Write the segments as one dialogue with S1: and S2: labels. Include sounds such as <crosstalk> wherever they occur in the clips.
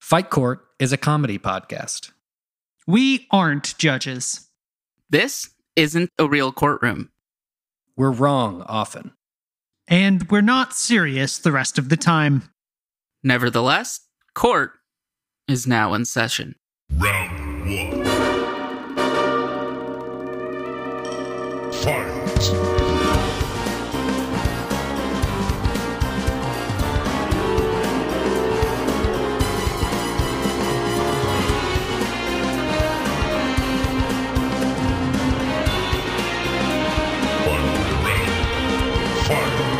S1: Fight Court is a comedy podcast.
S2: We aren't judges.
S3: This isn't a real courtroom.
S1: We're wrong often.
S2: And we're not serious the rest of the time.
S3: Nevertheless, court is now in session.
S4: Round one. Fight. Final round. Fight.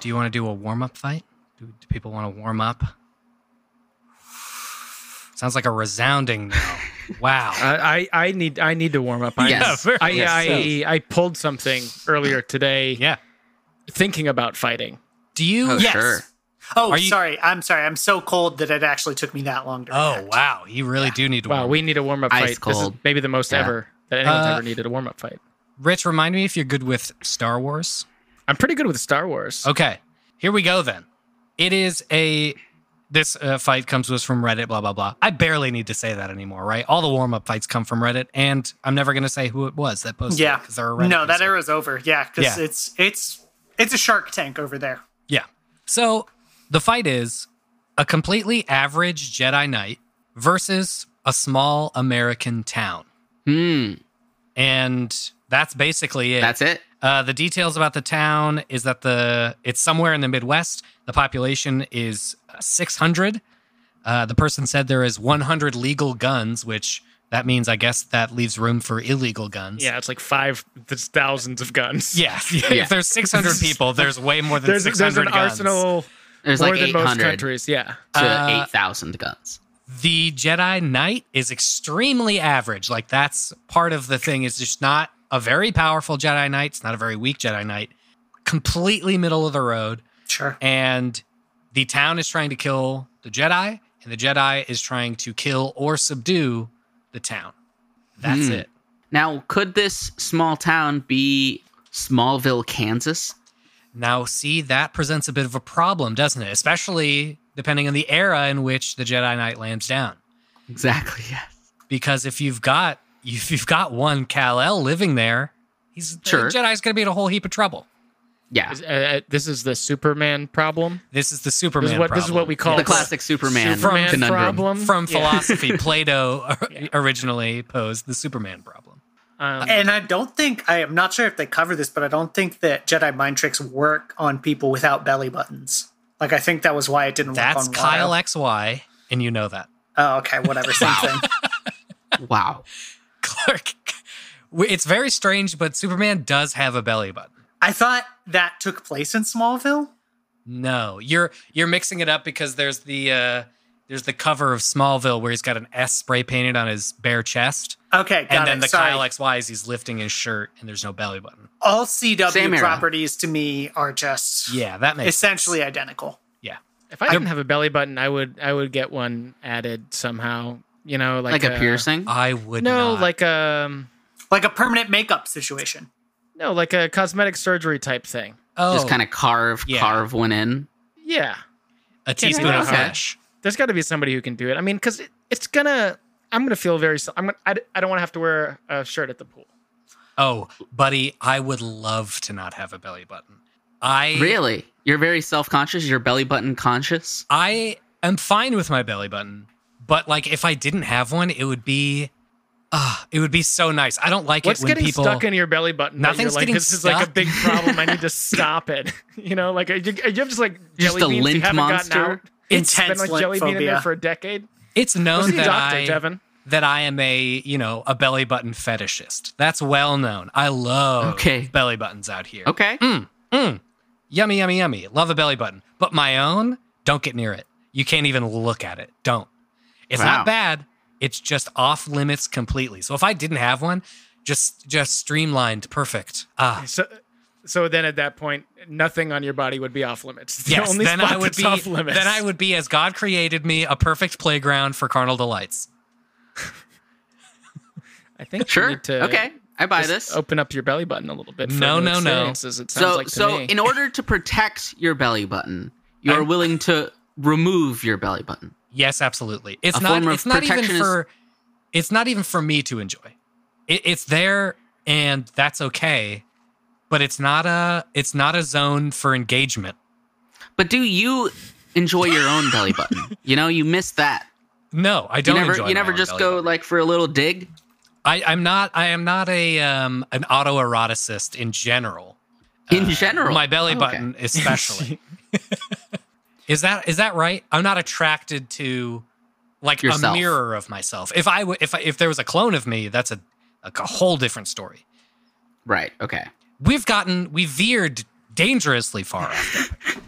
S1: Do you want to do a warm up fight? Do, do people want to warm up? Sounds like a resounding no. Wow.
S5: I, I I need I need to warm up.
S1: <laughs>
S5: I,
S3: Yes.
S5: I,
S1: Yes.
S5: I I pulled something earlier today
S1: Yeah.
S5: thinking about fighting.
S1: Do you?
S3: Oh,
S1: yeah.
S3: sure.
S6: Oh,
S1: Are you-
S6: sorry. I'm sorry. I'm so cold that it actually took me that long to.
S1: Oh,
S6: react.
S1: wow. You really do need to
S5: Wow,
S1: warm
S5: we need a warm up
S3: Ice
S5: fight. This is
S3: cold.
S5: maybe the most
S3: Yeah.
S5: ever that anyone's
S1: Uh,
S5: ever needed a warm up fight.
S1: Rich, remind me if you're good with Star Wars.
S5: I'm pretty good with Star Wars.
S1: Okay, here we go then. It is a this uh, fight comes to us from Reddit. Blah blah blah. I barely need to say that anymore, right? All the warm up fights come from Reddit, and I'm never going to say who it was that posted.
S6: Yeah.
S1: because they're a Reddit.
S6: No, that
S1: user.
S6: er- era's over. Yeah, because
S1: Yeah.
S6: it's it's it's a Shark Tank over there.
S1: Yeah. So the fight is a completely average Jedi Knight versus a small American town,
S3: Hmm.
S1: and that's basically it.
S3: That's it.
S1: Uh, the details about the town is that the it's somewhere in the Midwest. The population is uh, 600. Uh, the person said there is 100 legal guns, which that means I guess that leaves room for illegal guns.
S5: Yeah, it's like five there's thousands of guns.
S1: Yeah. <laughs> if there's 600 people, there's way more than
S5: <laughs> There's, there's
S1: 600
S5: an
S1: guns.
S5: arsenal
S3: There's
S5: more
S3: like
S5: than most
S3: 800 to
S5: countries. Yeah.
S1: Uh,
S3: 8,000 guns.
S1: The Jedi Knight is extremely average. Like that's part of the thing is just not a very powerful Jedi Knight. It's not a very weak Jedi Knight. Completely middle of the road.
S6: Sure.
S1: and the town is trying to kill the Jedi, and the Jedi is trying to kill or subdue the town. That's
S3: Hmm.
S1: it.
S3: Now, could this small town be Smallville, Kansas?
S1: Now, see, that presents a bit of a problem, doesn't it? Especially depending on the era in which the Jedi Knight lands down.
S3: Exactly, <laughs> yes.
S1: Because if you've got <laughs> if you've got one Kal El living there, he's
S3: Sure.
S1: the Jedi's going to be in a whole heap of trouble.
S3: Yeah.
S5: Is- uh, uh, this is the Superman problem.
S1: This is the Superman.
S5: this is what this is what
S1: problem.
S5: we call
S3: The classic Superman,
S5: Superman
S3: conundrum.
S5: problem
S1: from
S5: Yeah. <laughs>
S1: philosophy. Plato originally posed the Superman problem.
S5: Um,
S6: And I don't think I am not sure if they cover this, but I don't think that Jedi mind tricks work on people without belly buttons. Like I think that was why it didn't
S1: That's
S6: work on
S1: Kyle
S6: Watto.
S1: XY, and you know that.
S6: Oh, okay, whatever. Same thing.
S3: Wow.
S1: Clark. <laughs> It's very strange, but Superman does have a belly button.
S6: I thought that took place in Smallville.
S1: No, you're you're mixing it up because there's the uh, there's the cover of Smallville where he's got an S spray painted on his bare chest,
S6: Okay, got
S1: and then
S6: it.
S1: the
S6: Sorry.
S1: Kyle XY is he's lifting his shirt and there's no belly button.
S6: All CW
S3: Same era.
S6: properties to me are just
S1: Yeah, that makes
S6: essentially identical.
S1: yeah.
S5: if I didn't have a belly button, I would I would get one added somehow. You know,
S3: Like,
S5: like,
S3: a, piercing?
S1: I would
S5: No,
S1: not.
S5: like um
S6: Like a permanent makeup situation.
S5: no, like a cosmetic surgery type thing.
S1: oh,
S3: Just kind of carve,
S1: Yeah.
S3: carve one in.
S5: Yeah.
S1: a teaspoon
S5: Yeah,
S1: of
S3: okay.
S1: flesh.
S5: there's got to be somebody who can do it. I mean, because it, it's gonna, I'm gonna feel very. I'm gonna, I, d- I don't want to have to wear a shirt at the pool.
S1: Oh, buddy, I would love to not have a belly button. I
S3: Really? You're very self conscious? You're belly button conscious?
S1: I am fine with my belly button, but like if I didn't have one, it would be, ah, it would be so nice. I don't like
S5: What's
S1: it when
S5: getting
S1: people.
S5: stuck in your belly button? that
S1: Nothing's
S5: you're like,
S1: getting
S5: this is like a
S1: stuck.
S5: big problem. I need
S1: <laughs>
S5: to stop it. <laughs> You know, like are you, are you have just like
S3: Just
S5: jelly
S3: a
S5: beans you
S3: lint
S5: haven't gotten out.
S3: monster?
S5: It's been
S6: Intense
S5: like jelly
S6: lint
S5: bean in there
S6: phobia.
S5: for a decade.
S1: it's known
S5: Listen to
S1: that
S5: Doctor
S1: I
S5: Devin.
S1: that I am a you know a belly button fetishist. That's well known. I love
S3: Okay.
S1: belly buttons out here.
S3: Okay.
S5: Hmm.
S1: Yummy, yummy, yummy. Love a belly button, but my own don't get near it. You can't even look at it. Don't. It's
S3: Wow.
S1: not bad. It's just off limits completely. So if I didn't have one, just just streamlined, perfect. Ah,
S5: So, so then at that point, nothing on your body would be off limits. <laughs> It's the
S1: yes,
S5: only
S1: then
S5: spot
S1: I would
S5: that's
S1: be
S5: off limits.
S1: then I would be as God created me, a perfect playground for carnal delights.
S5: I think
S3: Sure.
S5: you need to
S3: okay. I buy
S5: just
S3: this.
S5: Open up your belly button a little bit. For
S1: No,
S5: new
S1: no, no.
S5: experiences, It sounds
S3: so
S5: like to
S3: so
S5: me.
S3: in order to protect your belly button, you are willing to remove your belly button.
S1: Yes, absolutely. It's
S3: A
S1: not.
S3: form of
S1: It's not even
S3: protection is-
S1: for. It's not even for me to enjoy. It, it's there, and that's okay. But it's not a. It's not a zone for engagement.
S3: But do you enjoy your own belly button? You know, you miss that.
S1: No, I
S3: You
S1: don't.
S3: never
S1: enjoy
S3: you
S1: my
S3: never
S1: own
S3: just
S1: belly
S3: go
S1: button.
S3: like for a little dig.
S1: I, I'm not. I am not a um an autoeroticist in general.
S3: In
S1: Uh,
S3: general. Oh,
S1: my belly
S3: Okay.
S1: button especially. is that is that right? I'm not attracted to like
S3: Yourself.
S1: a mirror of myself. If I w- if I, if there was a clone of me, that's a like a whole different story.
S3: Right. Okay.
S1: We've gotten we veered dangerously far off topic.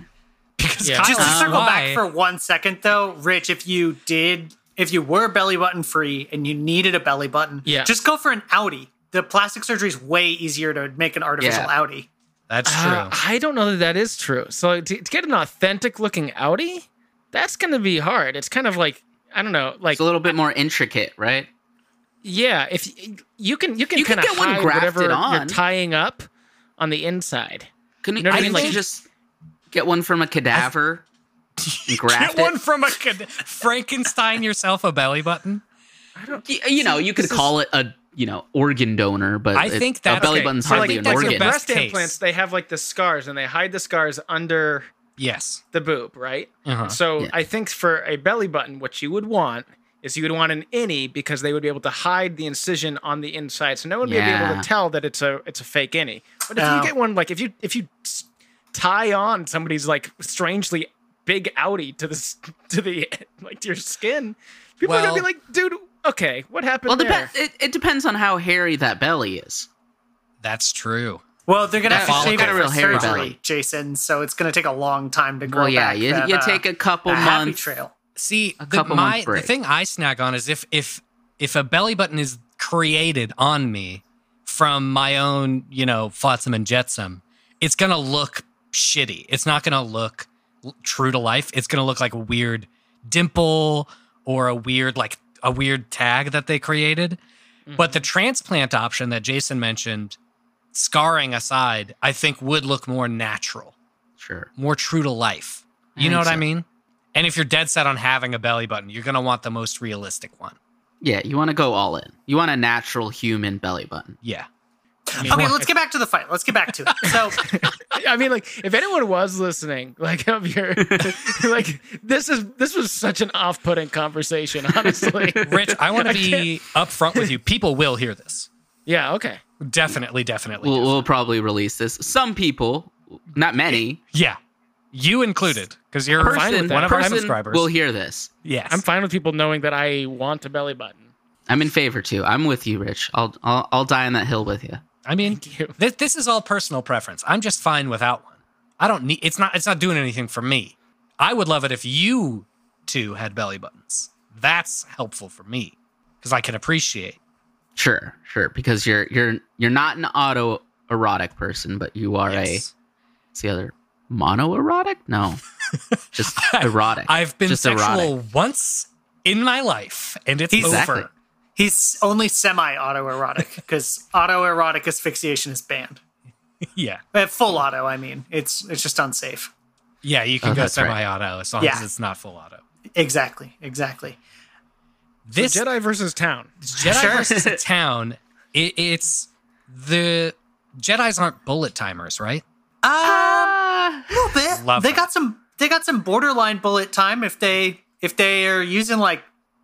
S1: because
S5: Yeah.
S1: Kyle
S6: Just to
S1: asked
S6: circle
S1: why-
S6: back for one second, though, Rich, if you did, if you were belly button free and you needed a belly button,
S5: Yeah.
S6: just go for an Audi. The plastic surgery is way easier to make an artificial
S3: Yeah.
S6: Audi.
S1: that's true.
S5: Uh, I don't know that that is true. So to, to get an authentic looking Audi, that's going to be hard. It's kind of like I don't know, like
S3: It's a little bit more intricate, right?
S5: yeah, if y- you can you can
S3: You can
S5: kind of
S3: get one
S5: hide
S3: grafted
S5: whatever you're
S3: on.
S5: tying up on the inside.
S3: Couldn't
S5: know what I
S3: I
S5: mean?
S3: think
S5: Like-
S3: you just get one from a cadaver and graft
S1: Get one
S3: it?
S1: from a cad- Frankenstein yourself a belly button.
S3: Y- you know, you could call it a you know organ donor, but
S1: I
S3: it-
S1: think
S3: a
S1: that's-
S3: belly
S1: okay,
S3: button's
S1: so,
S3: hardly
S1: like,
S3: an
S1: that's
S5: that's
S1: your
S3: organ.
S5: the breast
S1: Best case.
S5: implants. They have like the scars, and they hide the scars under
S1: Yes.
S5: the boob, right?
S1: Uh-huh.
S5: So
S3: Yeah.
S5: I think for a belly button, what you would want is you would want an innie because they would be able to hide the incision on the inside, so no one would be able
S3: Yeah.
S5: to tell that it's a it's a fake innie. But if
S6: Oh.
S5: you get one, like if you if you s- tie on somebody's like strangely big Audi to the s- <laughs> to the like to your skin, people are gonna be
S1: Well-
S5: like, dude, okay, what happened
S3: well,
S5: there?
S3: depend, it, it depends on how hairy that belly is.
S1: That's true.
S6: Well, they're gonna
S3: Yeah,
S6: have
S1: it's
S6: to save
S1: got
S6: it
S1: a
S6: for
S1: real
S3: hairy
S6: surgery,
S3: belly.
S6: Jason. So it's gonna take a long time to grow
S3: Well, yeah,
S6: back.
S3: you,
S6: that,
S3: you
S6: uh,
S3: take a couple
S6: the happy
S3: months.
S6: trail.
S1: See, the,
S3: couple month
S1: my the
S3: break.
S1: thing I snag on is if if if a belly button is created on me from my own, you know, flotsam and jetsam, it's gonna look shitty. It's not gonna look l- true to life. It's gonna look like a weird dimple or a weird like a weird tag that they created. But
S3: Mm-hmm.
S1: the transplant option that Jason mentioned, scarring aside, I think would look more natural
S3: Sure.
S1: more true to life.
S3: I
S5: Mm,
S1: You know
S3: think
S1: what I
S3: so.
S1: mean? And if you're dead set on having a belly button, you're going to want the most realistic one.
S3: Yeah, you want to go all in. You want a natural human belly button.
S1: Yeah.
S6: Okay, let's get back to the fight. Let's get back to it. So
S5: I mean, like, if anyone was listening, like, of
S3: <laughs>
S5: your, like, this is this was such an off-putting conversation, honestly.
S3: <laughs>
S1: Rich, I
S5: <laughs>
S1: want to be upfront with you. People will hear this.
S5: yeah, okay.
S1: Definitely, definitely.
S3: We'll, we'll probably release this. Some people, not many,
S1: yeah. You included, because you're
S5: fine with
S3: person,
S5: that.
S1: one of our
S3: person
S1: subscribers.
S3: will hear this.
S1: yes.
S5: I'm fine with people knowing that I want a belly button.
S3: I'm in favor too. I'm with you, Rich. I'll I'll, I'll die on that hill with you.
S1: I mean,
S5: you.
S1: this, this is all personal preference. I'm just fine without one. I don't need. It's not. It's not doing anything for me. I would love it if you two had belly buttons. That's helpful for me because I can appreciate.
S3: Sure, sure. Because you're you're you're not an auto erotic person, but you are
S1: Yes.
S3: a it's the other mono erotic? No. Just erotic.
S1: I've been
S3: Just
S1: sexual
S3: erotic.
S1: once in my life, and it's
S3: Exactly.
S1: over.
S6: he's only semi-autoerotic because autoerotic asphyxiation is banned.
S1: Yeah,
S6: Uh, full auto, I mean, it's it's just unsafe.
S1: yeah, you can
S3: Oh,
S1: go
S3: that's right.
S1: semi-auto as long
S6: Yeah.
S1: as it's not full auto.
S6: Exactly, exactly.
S1: This Jedi,
S5: Jedi versus town.
S6: Sure.
S1: versus
S3: <laughs>
S1: a town. It, it's the Jedi's aren't bullet timers, right?
S6: Um, a little bit.
S1: Love
S6: they
S1: that.
S6: got some. They got some borderline bullet time if they if they are using like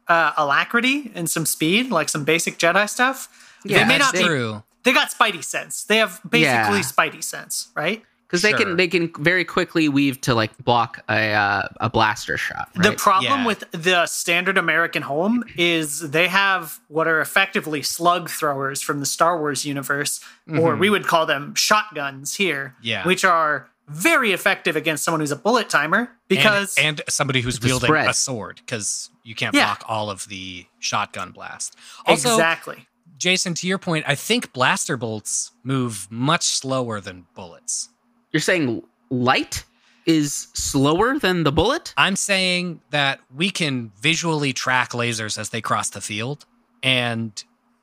S6: uh, alacrity and some speed, like some basic Jedi stuff.
S3: Yeah,
S6: they may
S3: that's
S6: not. Be,
S1: True.
S6: they got Spidey sense. They have basically
S3: Yeah.
S6: Spidey sense, right?
S3: Because they
S1: Sure.
S3: can they can very quickly weave to like block a uh, a blaster shot.
S6: The
S3: right?
S6: problem
S1: Yeah.
S6: with the standard American home is they have what are effectively slug throwers from the Star Wars universe, or we would call them shotguns here,
S1: Mm-hmm. Yeah.
S6: which are very effective against someone who's a bullet timer because
S1: and, and somebody who's
S3: a
S1: wielding
S3: spread.
S1: a sword because you can't
S6: Yeah.
S1: block all of the shotgun blast. Also,
S6: exactly.
S1: Jason, to your point, I think blaster bolts move much slower than bullets.
S3: You're saying light is slower than the bullet?
S1: I'm saying that we can visually track lasers as they cross the field, and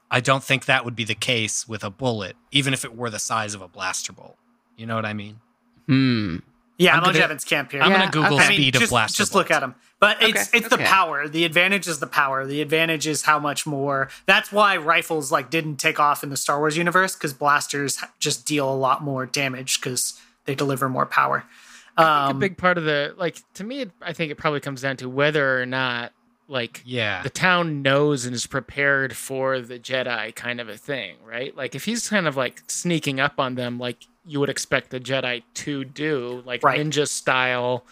S1: I don't think that would be the case with a bullet, even if it were the size of a blaster bolt. You know what I mean?
S3: Hmm.
S6: Yeah,
S1: I'm
S6: I'm, on
S1: gonna-
S6: Jevon's camp here.
S1: I'm
S3: Yeah,
S1: gonna Google
S3: okay. I
S1: speed
S6: just,
S1: of blaster.
S6: Just
S1: bolt.
S6: look at them. But it's
S3: Okay,
S6: it's
S3: okay.
S6: the power. The advantage is the power. The advantage is how much more. That's why rifles like didn't take off in the Star Wars universe because blasters just deal a lot more damage because they deliver more power.
S5: a
S6: Um,
S5: big part of the like to me it, i think it probably comes down to whether or not like
S1: Yeah.
S5: the town knows and is prepared for the jedi kind of a thing right like if he's kind of like sneaking up on them like you would expect the jedi to do like
S6: Right.
S5: ninja style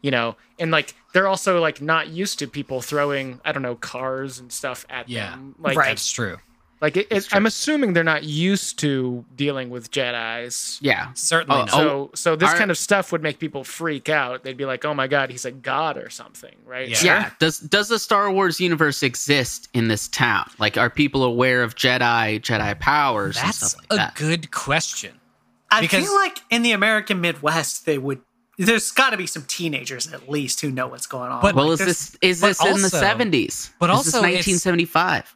S5: you know and like they're also like not used to people throwing i don't know cars and stuff at
S1: Yeah.
S5: them like
S6: Right.
S1: That's true.
S5: like it, it, i'm assuming they're not used to dealing with jedis
S3: Yeah.
S1: Certainly
S3: Oh,
S1: not.
S3: oh,
S5: so, so this
S3: are-
S5: kind of stuff would make people freak out. They'd be like, "Oh my god, he's a god or something," right?
S1: Yeah.
S5: So-
S3: Yeah. Does does the Star Wars universe exist in this town? Like, are people aware of Jedi, Jedi powers, and
S1: That's
S3: stuff like
S1: a
S3: that?
S1: good question.
S6: I
S1: because-
S6: feel like in the American Midwest they would. There's got to be some teenagers at least who know what's going on.
S1: But-
S3: well, is
S6: Like,
S3: this is
S1: but
S3: this in the
S1: also-
S3: seventies?
S1: but
S3: is this
S1: also it's-
S3: 1975.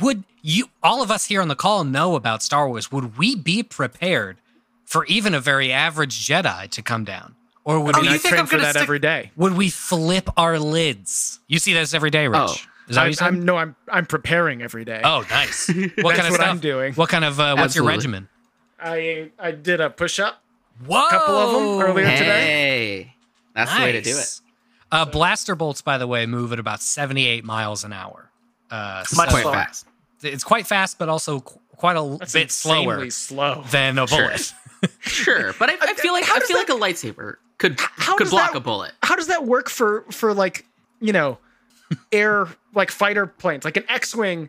S1: Would you all of us here on the call know about Star Wars? Would we be prepared for even a very average Jedi to come down? Or would
S6: Oh,
S1: we
S6: you
S5: I
S6: think
S5: train
S6: I'm
S5: for
S6: gonna
S5: that
S6: stick-
S5: every day.
S1: would we flip our lids? You see this every day, Rich.
S3: Oh.
S1: Is that what
S5: I,
S1: you said?
S5: am no, I'm I'm preparing every day.
S1: Oh,
S5: <laughs>
S1: nice. What kind of
S5: what
S1: stuff?
S5: I'm doing.
S1: What kind of uh, what's your
S3: Absolutely.
S1: regimen?
S5: I I did a push up.
S1: Whoa,
S5: Couple of 'em earlier
S3: hey,
S5: today?
S3: that's the way to do it.
S1: Nice. Uh, blaster bolts, by the way, move at about 78 miles an hour. Uh, so
S6: Much
S3: Quite
S6: slower.
S3: fast.
S1: it's quite fast, but also qu- quite a l-
S5: That's
S1: bit slower
S5: insanely slow.
S1: than a
S3: Sure.
S1: bullet.
S3: Sure, but I, I feel like I feel like a lightsaber could
S5: how
S3: could
S5: does
S3: block
S5: that-
S3: a bullet.
S5: How does that work for for like
S1: <laughs>
S5: you know air like fighter planes, like an X-wing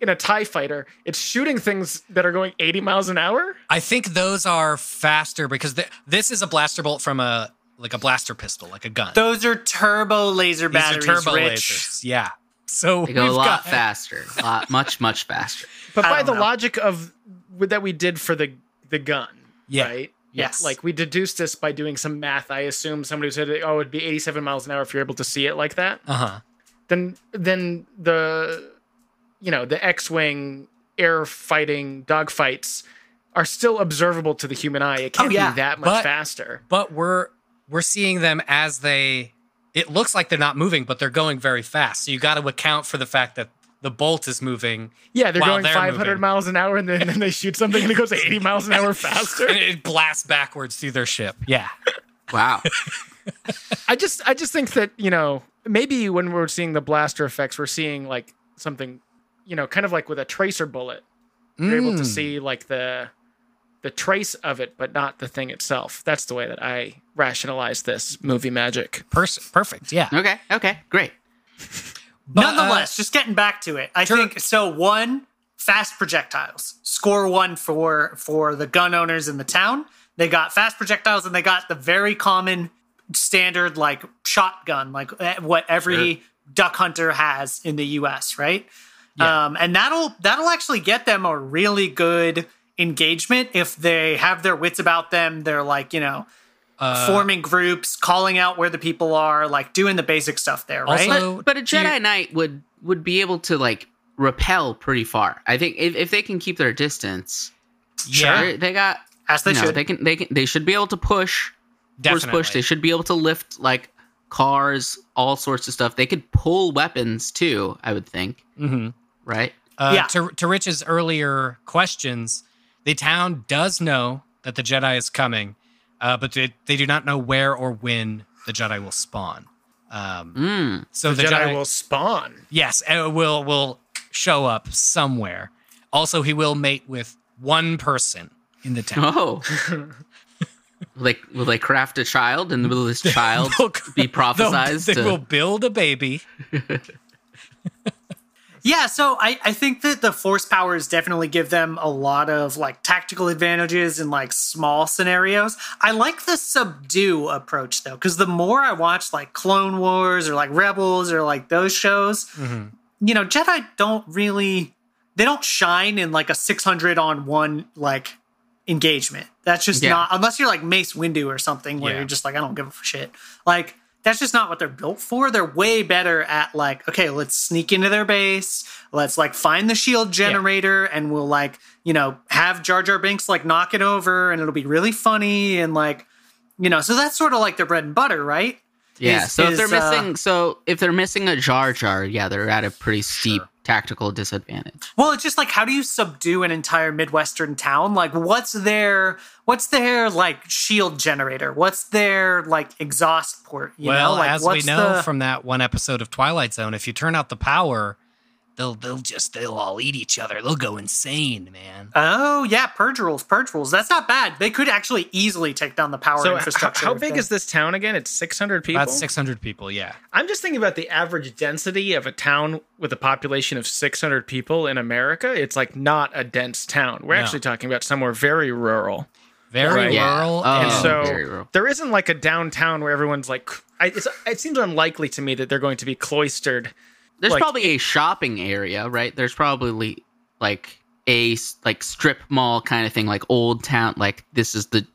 S5: in a Tie fighter? It's shooting things that are going 80 miles an hour.
S1: I think those are faster because th- this is a blaster bolt from a like a blaster pistol, like a gun.
S6: those are turbo laser
S1: These
S6: batteries.
S1: are turbo
S6: Rich.
S1: lasers. Yeah. So
S3: They go a
S1: we've
S3: lot
S1: got-
S3: faster, a lot much much faster.
S5: But
S6: I
S5: by
S6: don't
S5: the
S6: know.
S5: logic of that we did for the the gun,
S1: Yeah.
S5: right?
S6: Yes.
S5: Like we deduced this by doing some math. I assume somebody said, "Oh, it'd be 87 miles an hour if you're able to see it like that."
S1: Uh-huh.
S5: Then, then the, you know, the X-wing air fighting dogfights are still observable to the human eye. It can't
S6: Oh, yeah.
S5: be that much
S1: But-
S5: faster.
S1: But we're we're seeing them as they it looks like they're not moving, but they're going very fast. So you got to account for the fact that the bolt is moving <laughs>
S5: Yeah, they're
S1: While
S5: going
S1: they're
S5: 500
S1: moving.
S5: miles an hour, and then, <laughs> then they shoot something and it goes 80 miles
S6: <laughs>
S5: an hour faster.
S1: and it blasts backwards through their ship. Yeah.
S3: Wow.
S5: I just I just think that you know maybe when we're seeing the blaster effects, we're seeing like something you know kind of like with a tracer bullet, you're able to
S1: Mm.
S5: see like the the trace of it, but not the thing itself. That's the way that I rationalize this movie magic.
S1: Pers- perfect. Yeah.
S3: okay. Okay. Great.
S1: But, uh,
S6: Nonetheless, just getting back to it, I
S1: sure.
S6: think so. One fast projectiles. Score one for for the gun owners in the town. They got fast projectiles, and they got the very common standard like shotgun, like eh, what every duck hunter has in the U.S. Right? Um, and that'll that'll actually get them a really good engagement if they have their wits about them. They're like you know.
S1: Uh,
S6: forming groups, calling out where the people are, like doing the basic stuff there, right?
S1: Also- So
S3: But, but a
S1: do you-
S3: Jedi Knight would would be able to like repel pretty far. I think if, if they can keep their distance,
S1: yeah,
S3: they- they got
S6: As they
S3: you know,
S6: should.
S3: They can they can they should be able to push. force
S1: definitely.
S3: push. They should be able to lift like cars, all sorts of stuff. They could pull weapons too. I would think,
S1: Mhm.
S3: right?
S1: Uh,
S6: Yeah.
S1: To, to Rich's earlier questions, the town does know that the Jedi is coming, uh, but they, they do not know where or when the Jedi will spawn. Um,
S3: Mm.
S1: so the,
S5: Jedi, will spawn.
S1: yes, uh, will will show up somewhere. Also, he will mate with one person in the town. <laughs>
S3: <laughs> Oh. will they will they craft a child and will
S1: <laughs>
S3: this child
S1: They'll-
S3: be
S1: They'll-
S3: prophesized
S1: They
S3: to-
S1: will build a baby.
S6: Yeah, so I, I think that the force powers definitely give them a lot of like tactical advantages in like small scenarios. I like the subdue approach though, because the more I watch like Clone Wars or like Rebels or like those shows, you know, Jedi don't really they don't shine in like a six hundred on one like engagement. That's just
S3: Yeah.
S6: not unless you're like Mace Windu or something where
S1: Yeah.
S6: you're just like I don't give a shit. Like that's just not what they're built for. They're way better at like, okay, let's sneak into their base. Let's like find the shield generator and we'll like, you know, have Jar Jar Binks like knock it over and it'll be really funny and like, you know, so that's sort of like their bread and butter, right?
S3: Yeah.
S6: Is-
S3: so if
S6: is,
S3: they're
S6: uh,
S3: missing, so if they're missing a Jar Jar, yeah, they're at a pretty steep tactical disadvantage.
S6: Well, it's just like how do you subdue an entire midwestern town? Like what's their what's their like shield generator? What's their like exhaust port, you
S1: well,
S6: know? Like
S1: as we
S6: what's
S1: know
S6: the-
S1: from that one episode of Twilight Zone, if you turn out the power, they'll they'll just they'll all eat each other. They'll go insane, man.
S6: Oh yeah, purge rules, purge rules. That's not bad. They could actually easily take down the power
S5: So h-
S6: infrastructure.
S5: how
S6: if
S5: big
S6: they-
S5: is this town again? It's 600 people.
S1: About 600 people, yeah.
S5: I'm just thinking about the average density of a town with a population of 600 people in America. It's like not a dense town. We're
S1: No.
S5: actually talking about somewhere very rural.
S1: Very
S5: Right.
S3: Yeah.
S1: rural.
S3: Oh,
S1: and
S5: And so
S3: very rural.
S5: there isn't like a downtown where everyone's like, I, it's, it seems unlikely to me that they're going to be cloistered.
S3: There's
S5: Like-
S3: probably a shopping area, right? There's probably like a s- like strip mall kind of thing, like old town. Like this is the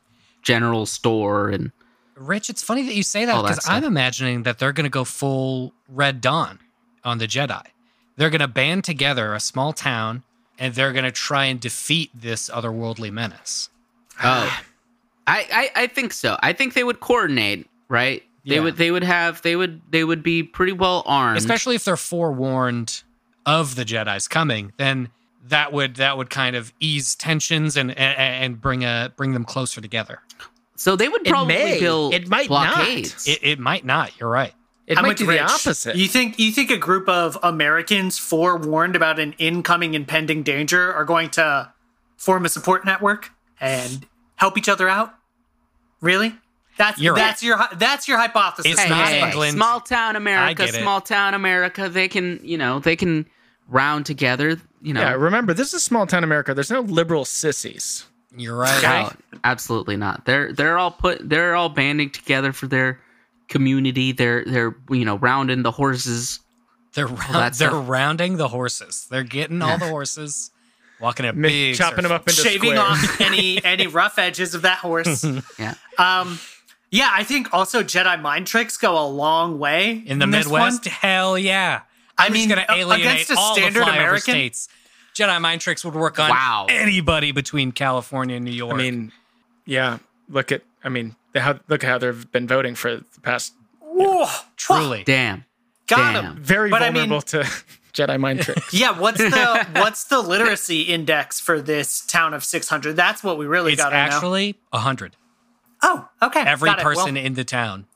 S3: general store,
S5: <sighs>
S3: and
S1: Rich, it's funny that you say that
S3: All that
S1: because
S3: stuff.
S1: I'm imagining that they're going to go full Red Dawn on the Jedi. They're going to band together a small town and they're going to try and defeat this otherworldly menace.
S3: oh, I, I I think so. I think they would coordinate, right? They
S1: Yeah.
S3: would they would have they would they would be pretty well armed.
S1: Especially if they're forewarned of the Jedi's coming, then that would that would kind of ease tensions and and, and bring a bring them closer together.
S3: so they would probably
S5: may.
S3: build
S5: It might not.
S3: blockades.
S1: It, it might not. You're right.
S5: It
S6: I'm
S5: might
S6: with
S5: do
S6: Rich.
S5: the opposite.
S6: You think you think a group of Americans forewarned about an incoming impending danger are going to form a support network and help each other out? Really? That's
S1: You're right.
S6: that's your hy- that's your hypothesis.
S1: It's
S3: Hey,
S1: not
S3: hey, hey,
S1: England.
S3: Small town America,
S1: get it.
S3: small town America. They can, you know, they can round together, you know.
S5: yeah, remember, this is small town America. There's no liberal sissies.
S1: You're right.
S3: No, absolutely not. They're they're all put they're all banding together for their community. They're they're you know, rounding the horses.
S1: They're round,
S3: that's
S1: they're
S3: not-
S1: rounding the horses. They're getting all the horses, walking a
S5: Ma-
S1: big
S5: chopping them
S1: circle.
S5: up into
S6: shaving
S5: squares.
S1: <laughs>
S6: off any any rough edges of that horse.
S3: Yeah.
S6: Um yeah, I think also Jedi mind tricks go a long way
S1: in the
S6: this one.
S1: Midwest. Hell yeah!
S6: I
S1: I'm just
S6: mean,
S1: gonna
S6: a-
S1: alienate
S6: against a
S1: all the
S6: standard
S1: flyover
S6: American-
S1: states. Jedi mind tricks would work on
S3: Wow.
S1: anybody between California and New York.
S5: <laughs> I mean, yeah, look at, I mean, the- how, look at how they've been voting for the past
S6: Whoa,
S1: <sighs> truly,
S3: Damn.
S6: got
S3: Damn.
S6: him.
S5: very
S6: But I mean-
S5: vulnerable to <laughs> Jedi mind tricks.
S6: Yeah, what's
S1: <laughs>
S6: the what's the literacy index for this town of 600? That's what we really
S1: it's
S6: got to know.
S1: actually a hundred.
S6: Oh, okay.
S1: Every
S6: got it. Well,
S1: person in the town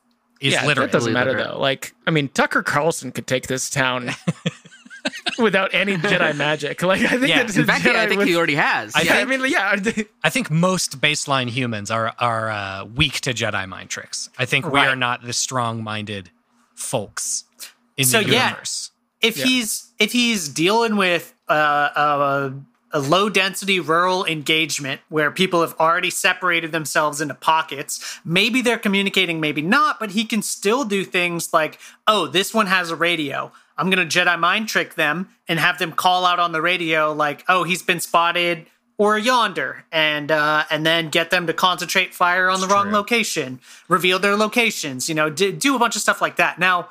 S1: is
S5: yeah,
S1: literate.
S5: that doesn't matter
S3: Literate.
S5: though. Like, I mean, Tucker Carlson could take this town without any Jedi magic. Like, I think
S1: Yeah,
S5: that
S1: in
S5: the <laughs>
S3: In fact, yeah, I
S5: Jedi
S3: think
S5: was-
S3: he already has.
S1: I
S3: yeah.
S5: I mean, yeah,
S1: I think most baseline humans are are uh, weak to Jedi mind tricks. I think we
S6: Right.
S1: are not the strong-minded folks in
S6: So,
S1: the
S6: yeah.
S1: universe.
S6: if he's if he's dealing with uh, uh, a low density rural engagement where people have already separated themselves into pockets, maybe they're communicating, maybe not, but he can still do things like, oh, this one has a radio. I'm gonna Jedi mind trick them and have them call out on the radio like, oh, he's been spotted or yonder, and uh, and then get them to concentrate fire on the wrong location, reveal their locations, you know, d- do a bunch of stuff like that. Now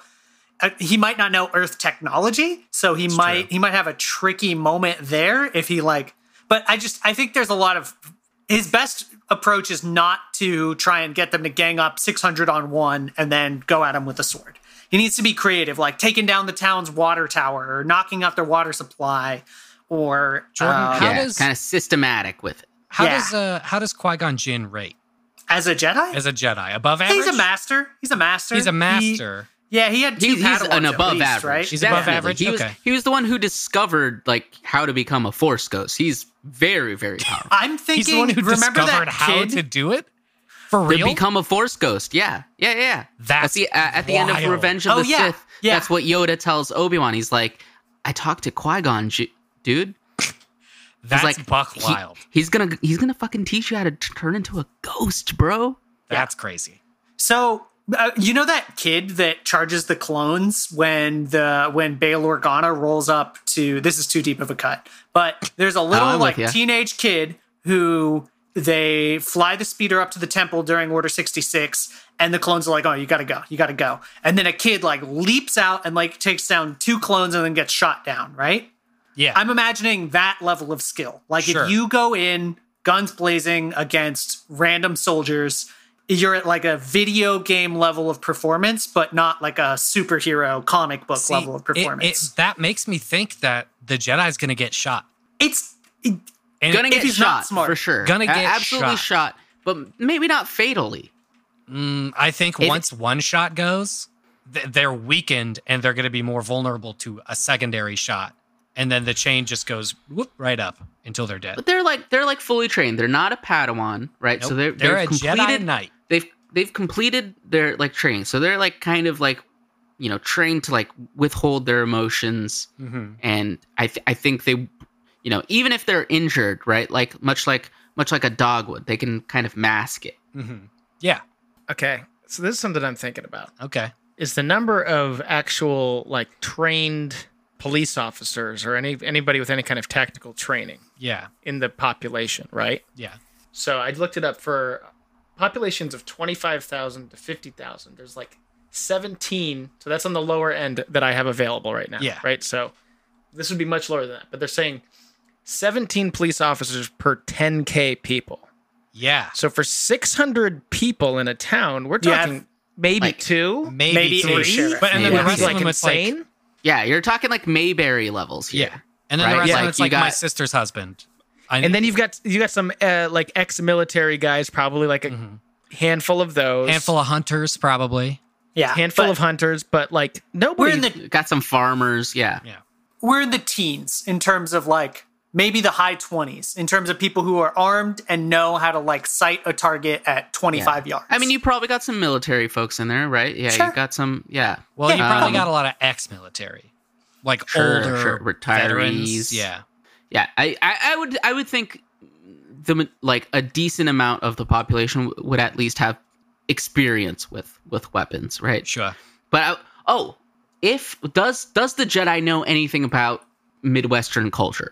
S6: uh, he might not know earth technology so he might he might have a tricky moment there if he like but i just i think there's a lot of his best approach is not to try and get them to gang up 600 on one and then go at him with a sword he needs to be creative like taking down the town's water tower or knocking out their water supply or
S1: Jordan,
S6: uh,
S1: how
S3: yeah,
S1: does
S3: kind of systematic with it.
S1: how
S6: yeah.
S1: does uh, how does Qui Gon Jinn rate
S6: as a jedi
S1: as a Jedi? Above average?
S6: he's a master he's a master
S1: He's a
S6: He-
S1: master.
S6: yeah he had two
S3: He's, he's
S6: Padawans
S3: an
S6: at
S3: above
S6: least,
S3: average.
S6: right
S1: He's above
S3: Definitely.
S1: average?
S3: He was
S1: Okay.
S3: he was the one who discovered like how to become a force ghost. He's very,
S1: <laughs>
S3: very powerful.
S6: i'm thinking
S1: He's the one who
S6: remember
S1: discovered
S6: that
S1: how
S6: kid?
S1: to do it. For
S3: to
S1: real,
S3: become a force ghost. Yeah, yeah, yeah.
S1: That's
S3: at the, at, at the end of
S1: wild.
S3: Revenge of
S6: Oh,
S3: the
S6: yeah,
S3: Sith.
S6: yeah.
S3: That's what Yoda tells Obi Wan. He's like, I talked to Qui Gon, dude. He's
S1: that's
S3: like,
S1: buck
S3: "He-
S1: wild.
S3: he's gonna he's gonna fucking teach you how to t- turn into a ghost, bro.
S1: That's crazy.
S6: So uh, you know that kid that charges the clones when the when Bail Organa rolls up to this is too deep of a cut, but there's a little
S3: Oh, I'm with
S6: like
S3: ya.
S6: teenage kid who they fly the speeder up to the temple during Order sixty six, and the clones are like, "Oh, you gotta go, you gotta go." And then a kid like leaps out and like takes down two clones and then gets shot down. Right?
S1: Yeah.
S6: I'm imagining that level of skill. Like
S1: Sure.
S6: if you go in guns blazing against random soldiers, you're at like a video game level of performance, but not like a superhero comic book
S1: See,
S6: level of
S1: it- it-
S6: performance.
S1: that makes me think that the Jedi's going to get shot.
S6: it's it-
S1: And
S3: Gonna get
S6: he's not
S3: shot
S6: smart.
S3: for sure.
S1: Gonna
S3: A-
S1: get
S3: absolutely
S1: shot.
S3: shot. but maybe not fatally.
S1: I think
S3: If-
S1: once one shot goes, th- they're weakened and they're going to be more vulnerable to a secondary shot. And then the chain just goes whoop right up until they're dead.
S3: But they're like they're like fully trained. They're not a Padawan, right?
S1: Nope.
S3: So they're
S1: They're
S3: they've
S1: a Jedi
S3: completed,
S1: Knight.
S3: They've they've completed their like training. So they're like kind of like you know trained to like withhold their emotions.
S1: Mm-hmm.
S3: and I th- I think they, you know, even if they're injured, right? Like much like much like a dog would, they can kind of mask it.
S1: Mm-hmm. Yeah.
S5: Okay. So this is something I'm thinking about.
S1: Okay.
S5: Is the number of actual like trained police officers or any anybody with any kind of tactical training
S1: Yeah.
S5: in the population, right?
S1: Yeah.
S5: So I looked it up for populations of 25,000 to 50,000. There's like 17. So that's on the lower end that I have available right now.
S1: Yeah.
S5: Right. So this would be much lower than that. But they're saying 17 police officers per 10K people.
S1: Yeah.
S5: So for 600 people in a town, we're
S6: You have,
S5: talking maybe
S3: like,
S5: two.
S1: Maybe,
S6: Maybe
S1: three.
S6: three?
S1: But and then
S3: Yeah.
S1: the
S5: Would
S1: rest
S5: be, like
S1: of them it's like
S5: insane.
S3: Yeah, you're talking like Mayberry levels here.
S1: yeah. And then
S3: Right?
S1: the rest
S3: Yeah.
S1: of them
S3: Like,
S1: it's
S3: you
S1: like my
S3: got-
S1: sister's husband. I,
S5: and then you've got you got some uh, like ex-military guys, probably like a handful of those,
S1: handful of hunters probably.
S6: yeah,
S5: handful
S6: but
S5: of hunters, but like nobody.
S6: We're in the
S3: Got some farmers, yeah.
S1: Yeah.
S6: we're in the teens in terms of like maybe the high 20s in terms of people who are armed and know how to like sight a target at 25 yards.
S3: I mean, you probably got some military folks in there, right? Yeah,
S6: Sure.
S3: you got some. Yeah,
S1: Well, you probably
S3: Um,
S1: got a lot of ex-military, like
S3: Sure,
S1: older
S3: sure.
S1: veterans.
S3: Retirees.
S1: Yeah.
S3: yeah. I, I, I would, I would think the ma- like a decent amount of the population w- would at least have experience with with weapons, right?
S1: Sure.
S3: But I, oh, if does does the Jedi know anything about Midwestern culture?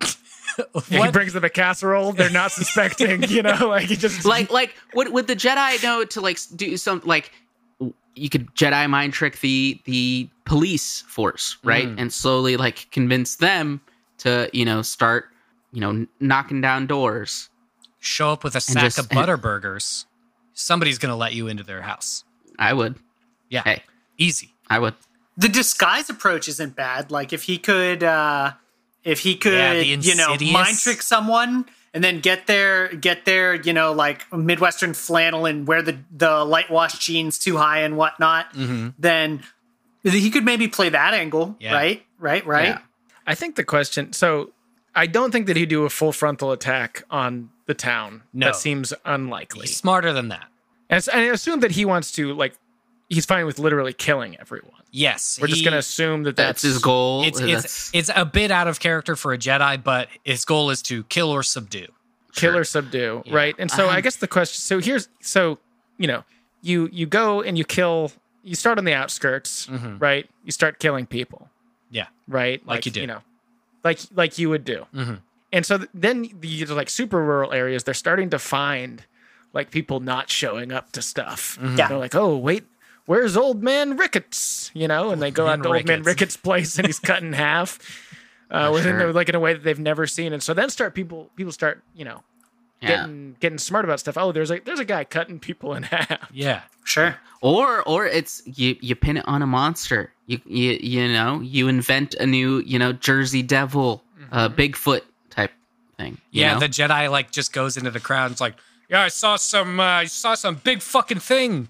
S5: Yeah, <laughs> he brings them a casserole. They're not suspecting, you know, <laughs> like he just
S3: like like would would the Jedi know to like s- do some like w- you could Jedi mind trick the the police force right
S1: Mm.
S3: and slowly like convince them to you know start you know n- knocking down doors
S1: show up with a sack
S3: just-
S1: of
S3: and-
S1: butter burgers, somebody's going to let you into their house.
S3: I would
S1: Yeah.
S3: hey
S1: Easy.
S3: I would
S6: the disguise approach isn't bad. Like if he could, uh, if he could,
S1: Yeah, the
S6: you know,
S1: insidious-
S6: mind trick someone and then get their get their you know like midwestern flannel and wear the the light wash jeans too high and whatnot, then he could maybe play that angle,
S1: Mm-hmm. Yeah.
S6: right? Right? Right?
S3: Yeah.
S5: I think the question. So I don't think that he'd do a full frontal attack on the town.
S1: No.
S5: that seems unlikely.
S1: He's smarter than that.
S5: And s- and I assume that he wants to like he's fine with literally killing everyone.
S1: Yes.
S5: We're just
S1: he-
S5: gonna assume that
S3: that's
S5: that's,
S3: his goal
S1: It's,
S3: that's
S1: it's, it's a bit out of character for a Jedi, but his goal is to kill or subdue.
S5: kill
S3: sure.
S5: or subdue, right? And so
S1: Uh-huh.
S5: I
S3: Um,
S5: guess the question. So here's so you know you you go and you kill. You start on the outskirts,
S1: Mhm.
S5: right? You start killing people.
S1: Yeah.
S5: right?
S1: Like you do.
S5: you know, like like you would do.
S1: Mhm.
S5: And so th- then the like super rural areas, they're starting to find like people not showing up to stuff.
S1: Mm-hmm.
S6: Yeah.
S5: They're like, oh wait, where's old man Ricketts? You know, and they go
S1: Man
S5: out to old man
S1: Ricketts.
S5: Ricketts' place, and he's cut in
S1: <laughs>
S5: half. Uh,
S3: For
S5: within
S3: sure.
S5: like in a way that they've never seen, and so then start people people start you know
S3: yeah
S5: getting getting smart about stuff. Oh, there's a there's a guy cutting people in <laughs> half.
S1: Yeah.
S6: Sure.
S3: or or it's you you pin it on a monster you you you know you invent a new you know Jersey Devil uh Bigfoot type thing you
S1: Mm-hmm. Yeah.
S3: know?
S1: The Jedi like just goes into the crowd and is like, yeah, I saw some, uh, I saw some big fucking thing.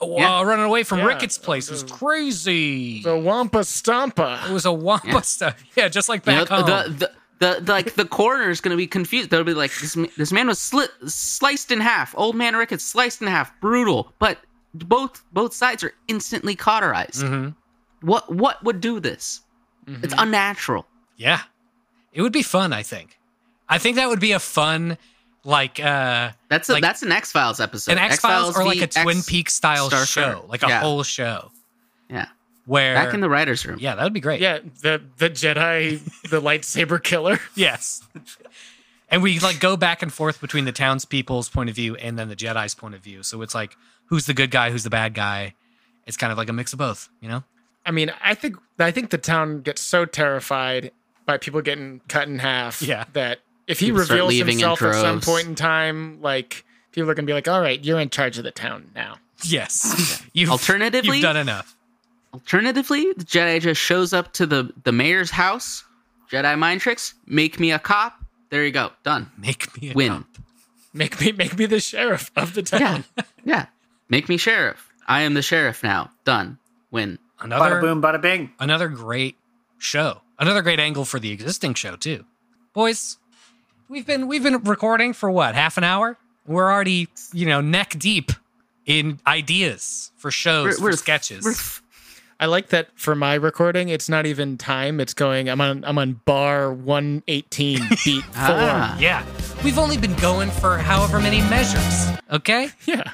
S1: uh,
S3: Yeah.
S1: running away from
S5: Yeah.
S1: Ricketts' place It was crazy.
S5: The Wampa Stampa.
S1: it was a wampa
S3: Yeah.
S1: stuff. <laughs> Yeah, just like
S3: You know,
S1: back home.
S3: the, the, the, the like the coroner is going to be confused. They'll be like, this, ma- this man was slit, sliced in half. Old man Ricketts sliced in half. Brutal, but both both sides are instantly cauterized.
S1: Mhm.
S3: What what would do this?
S1: Mm-hmm.
S3: It's unnatural.
S1: Yeah. It would be fun, I think. I think that would be a fun like uh
S3: That's a,
S1: Like-
S3: that's an X Files episode.
S1: an X Files or like a
S3: the
S1: Twin
S3: X-
S1: Peaks style
S3: Star
S1: show,
S3: Trek.
S1: like a
S3: Yeah.
S1: whole show
S3: Yeah,
S1: where
S3: back in the writers' room.
S1: Yeah, that would be great.
S5: Yeah, the the Jedi, the lightsaber killer.
S1: Yes. and we like go back and forth between the townspeople's point of view and then the Jedi's point of view. So it's like who's the good guy, who's the bad guy. It's kind of like a mix of both, you know.
S5: I mean, I think I think the town gets so terrified by people getting cut in half
S1: Yeah.
S5: that if he
S3: People start
S5: reveals
S3: leaving in
S5: himself at some
S3: droves.
S5: point in time, like people are gonna be like, "All right, you're in charge of the town now."
S1: Yes. <laughs> You've,
S3: Alternatively-
S1: you've done enough.
S3: Alternatively, the Jedi just shows up to the the mayor's house. Jedi mind tricks. Make me a cop. There you go. Done.
S1: Make me a
S3: Win.
S1: cop.
S5: Make me make me the sheriff of the town.
S3: <laughs> Yeah. yeah. Make me sheriff. I am the sheriff now. Done. Win.
S1: Another
S6: Bada boom, bada bing.
S1: another great show. Another great angle for the existing show too. Boys, we've been we've been recording for what, half an hour? We're already, you know, neck deep in ideas for shows, for sketches.
S3: we're f-
S5: I like that for my recording. It's not even time. It's going. I'm on. I'm on bar one eighteen beat
S3: <laughs>
S5: four.
S3: ah.
S1: yeah. We've only been going for however many measures. Okay?
S5: Yeah.